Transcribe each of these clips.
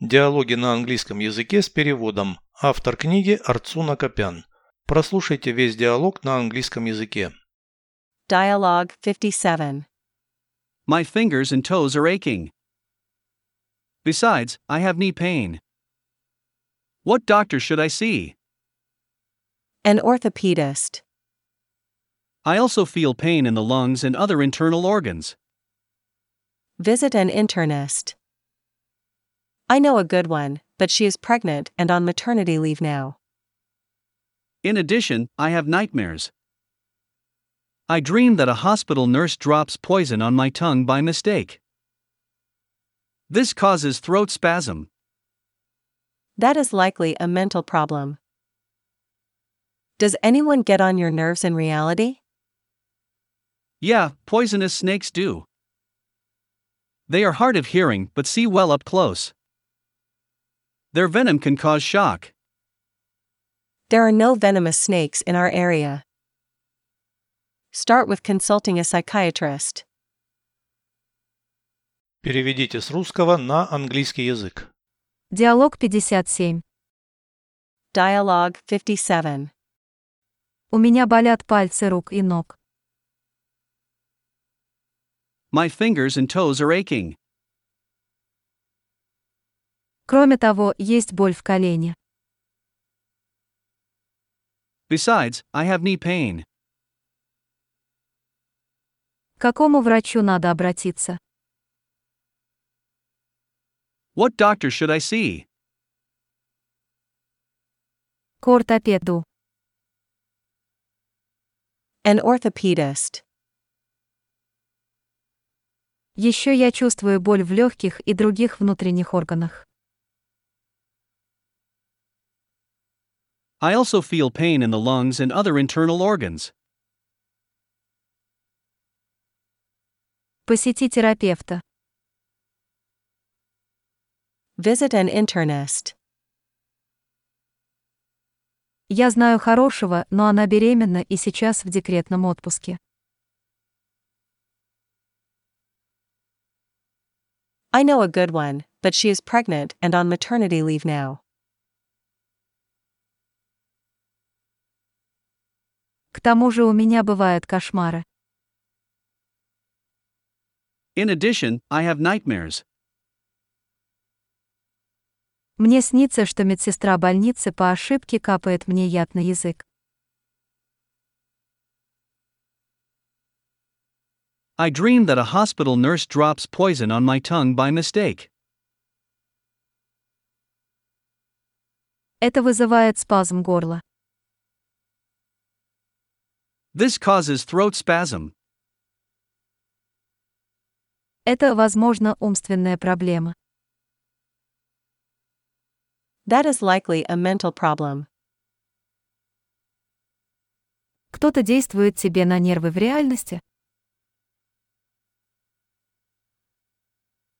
Диалоги на английском языке с переводом. Автор книги Арцуна Копян. Прослушайте весь диалог на английском языке. Dialogue 57. My fingers and toes are aching. Besides, I have knee pain. What doctor should I see? An orthopedist. I also feel pain in the lungs and other internal organs. Visit an internist. I know a good one, but she is pregnant and on maternity leave now. In addition, I have nightmares. I dream that a hospital nurse drops poison on my tongue by mistake. This causes throat spasm. That is likely a mental problem. Does anyone get on your nerves in reality? Yeah, poisonous snakes do. They are hard of hearing but see well up close. Their venom can cause shock. There are no venomous snakes in our area. Start with consulting a psychiatrist. Переведите с русского на английский язык. Диалог 57. Dialogue 57. У меня болят пальцы рук и ног. My fingers and toes are aching. Кроме того, есть боль в колене. Besides, I have knee pain. К какому врачу надо обратиться? What doctor should I see? К ортопеду. An orthopedist. Еще я чувствую боль в легких и других внутренних органах. I also feel pain in the lungs and other internal organs. Посети терапевта. Visit an internist. Я знаю хорошего, но она беременна и сейчас в декретном отпуске. I know a good one, but she is pregnant and on maternity leave now. К тому же у меня бывают кошмары. In addition, I have nightmares. Мне снится, что медсестра больницы по ошибке капает мне яд на язык. I dream that a hospital nurse drops poison on my tongue by mistake. Это вызывает спазм горла. This causes throat spasm. Это, возможно, умственная проблема. That is likely a mental problem. Кто-то действует тебе на нервы в реальности?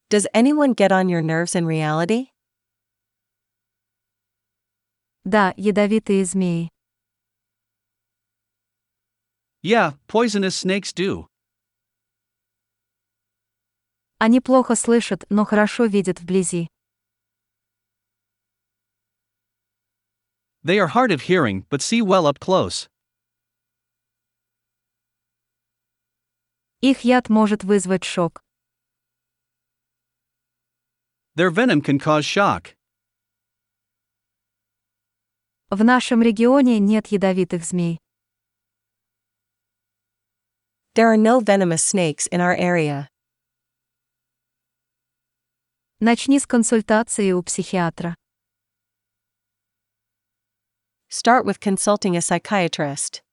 Does anyone get on your nerves in reality? Да, ядовитые змеи. Yeah, poisonous snakes do. Они плохо слышат, но хорошо видят вблизи. They are hard of hearing but see well up close. Их яд может вызвать шок. Their venom can cause shock. В нашем регионе нет ядовитых змей. There are no venomous snakes in our area. Начни с консультации у психиатра. Start with consulting a psychiatrist.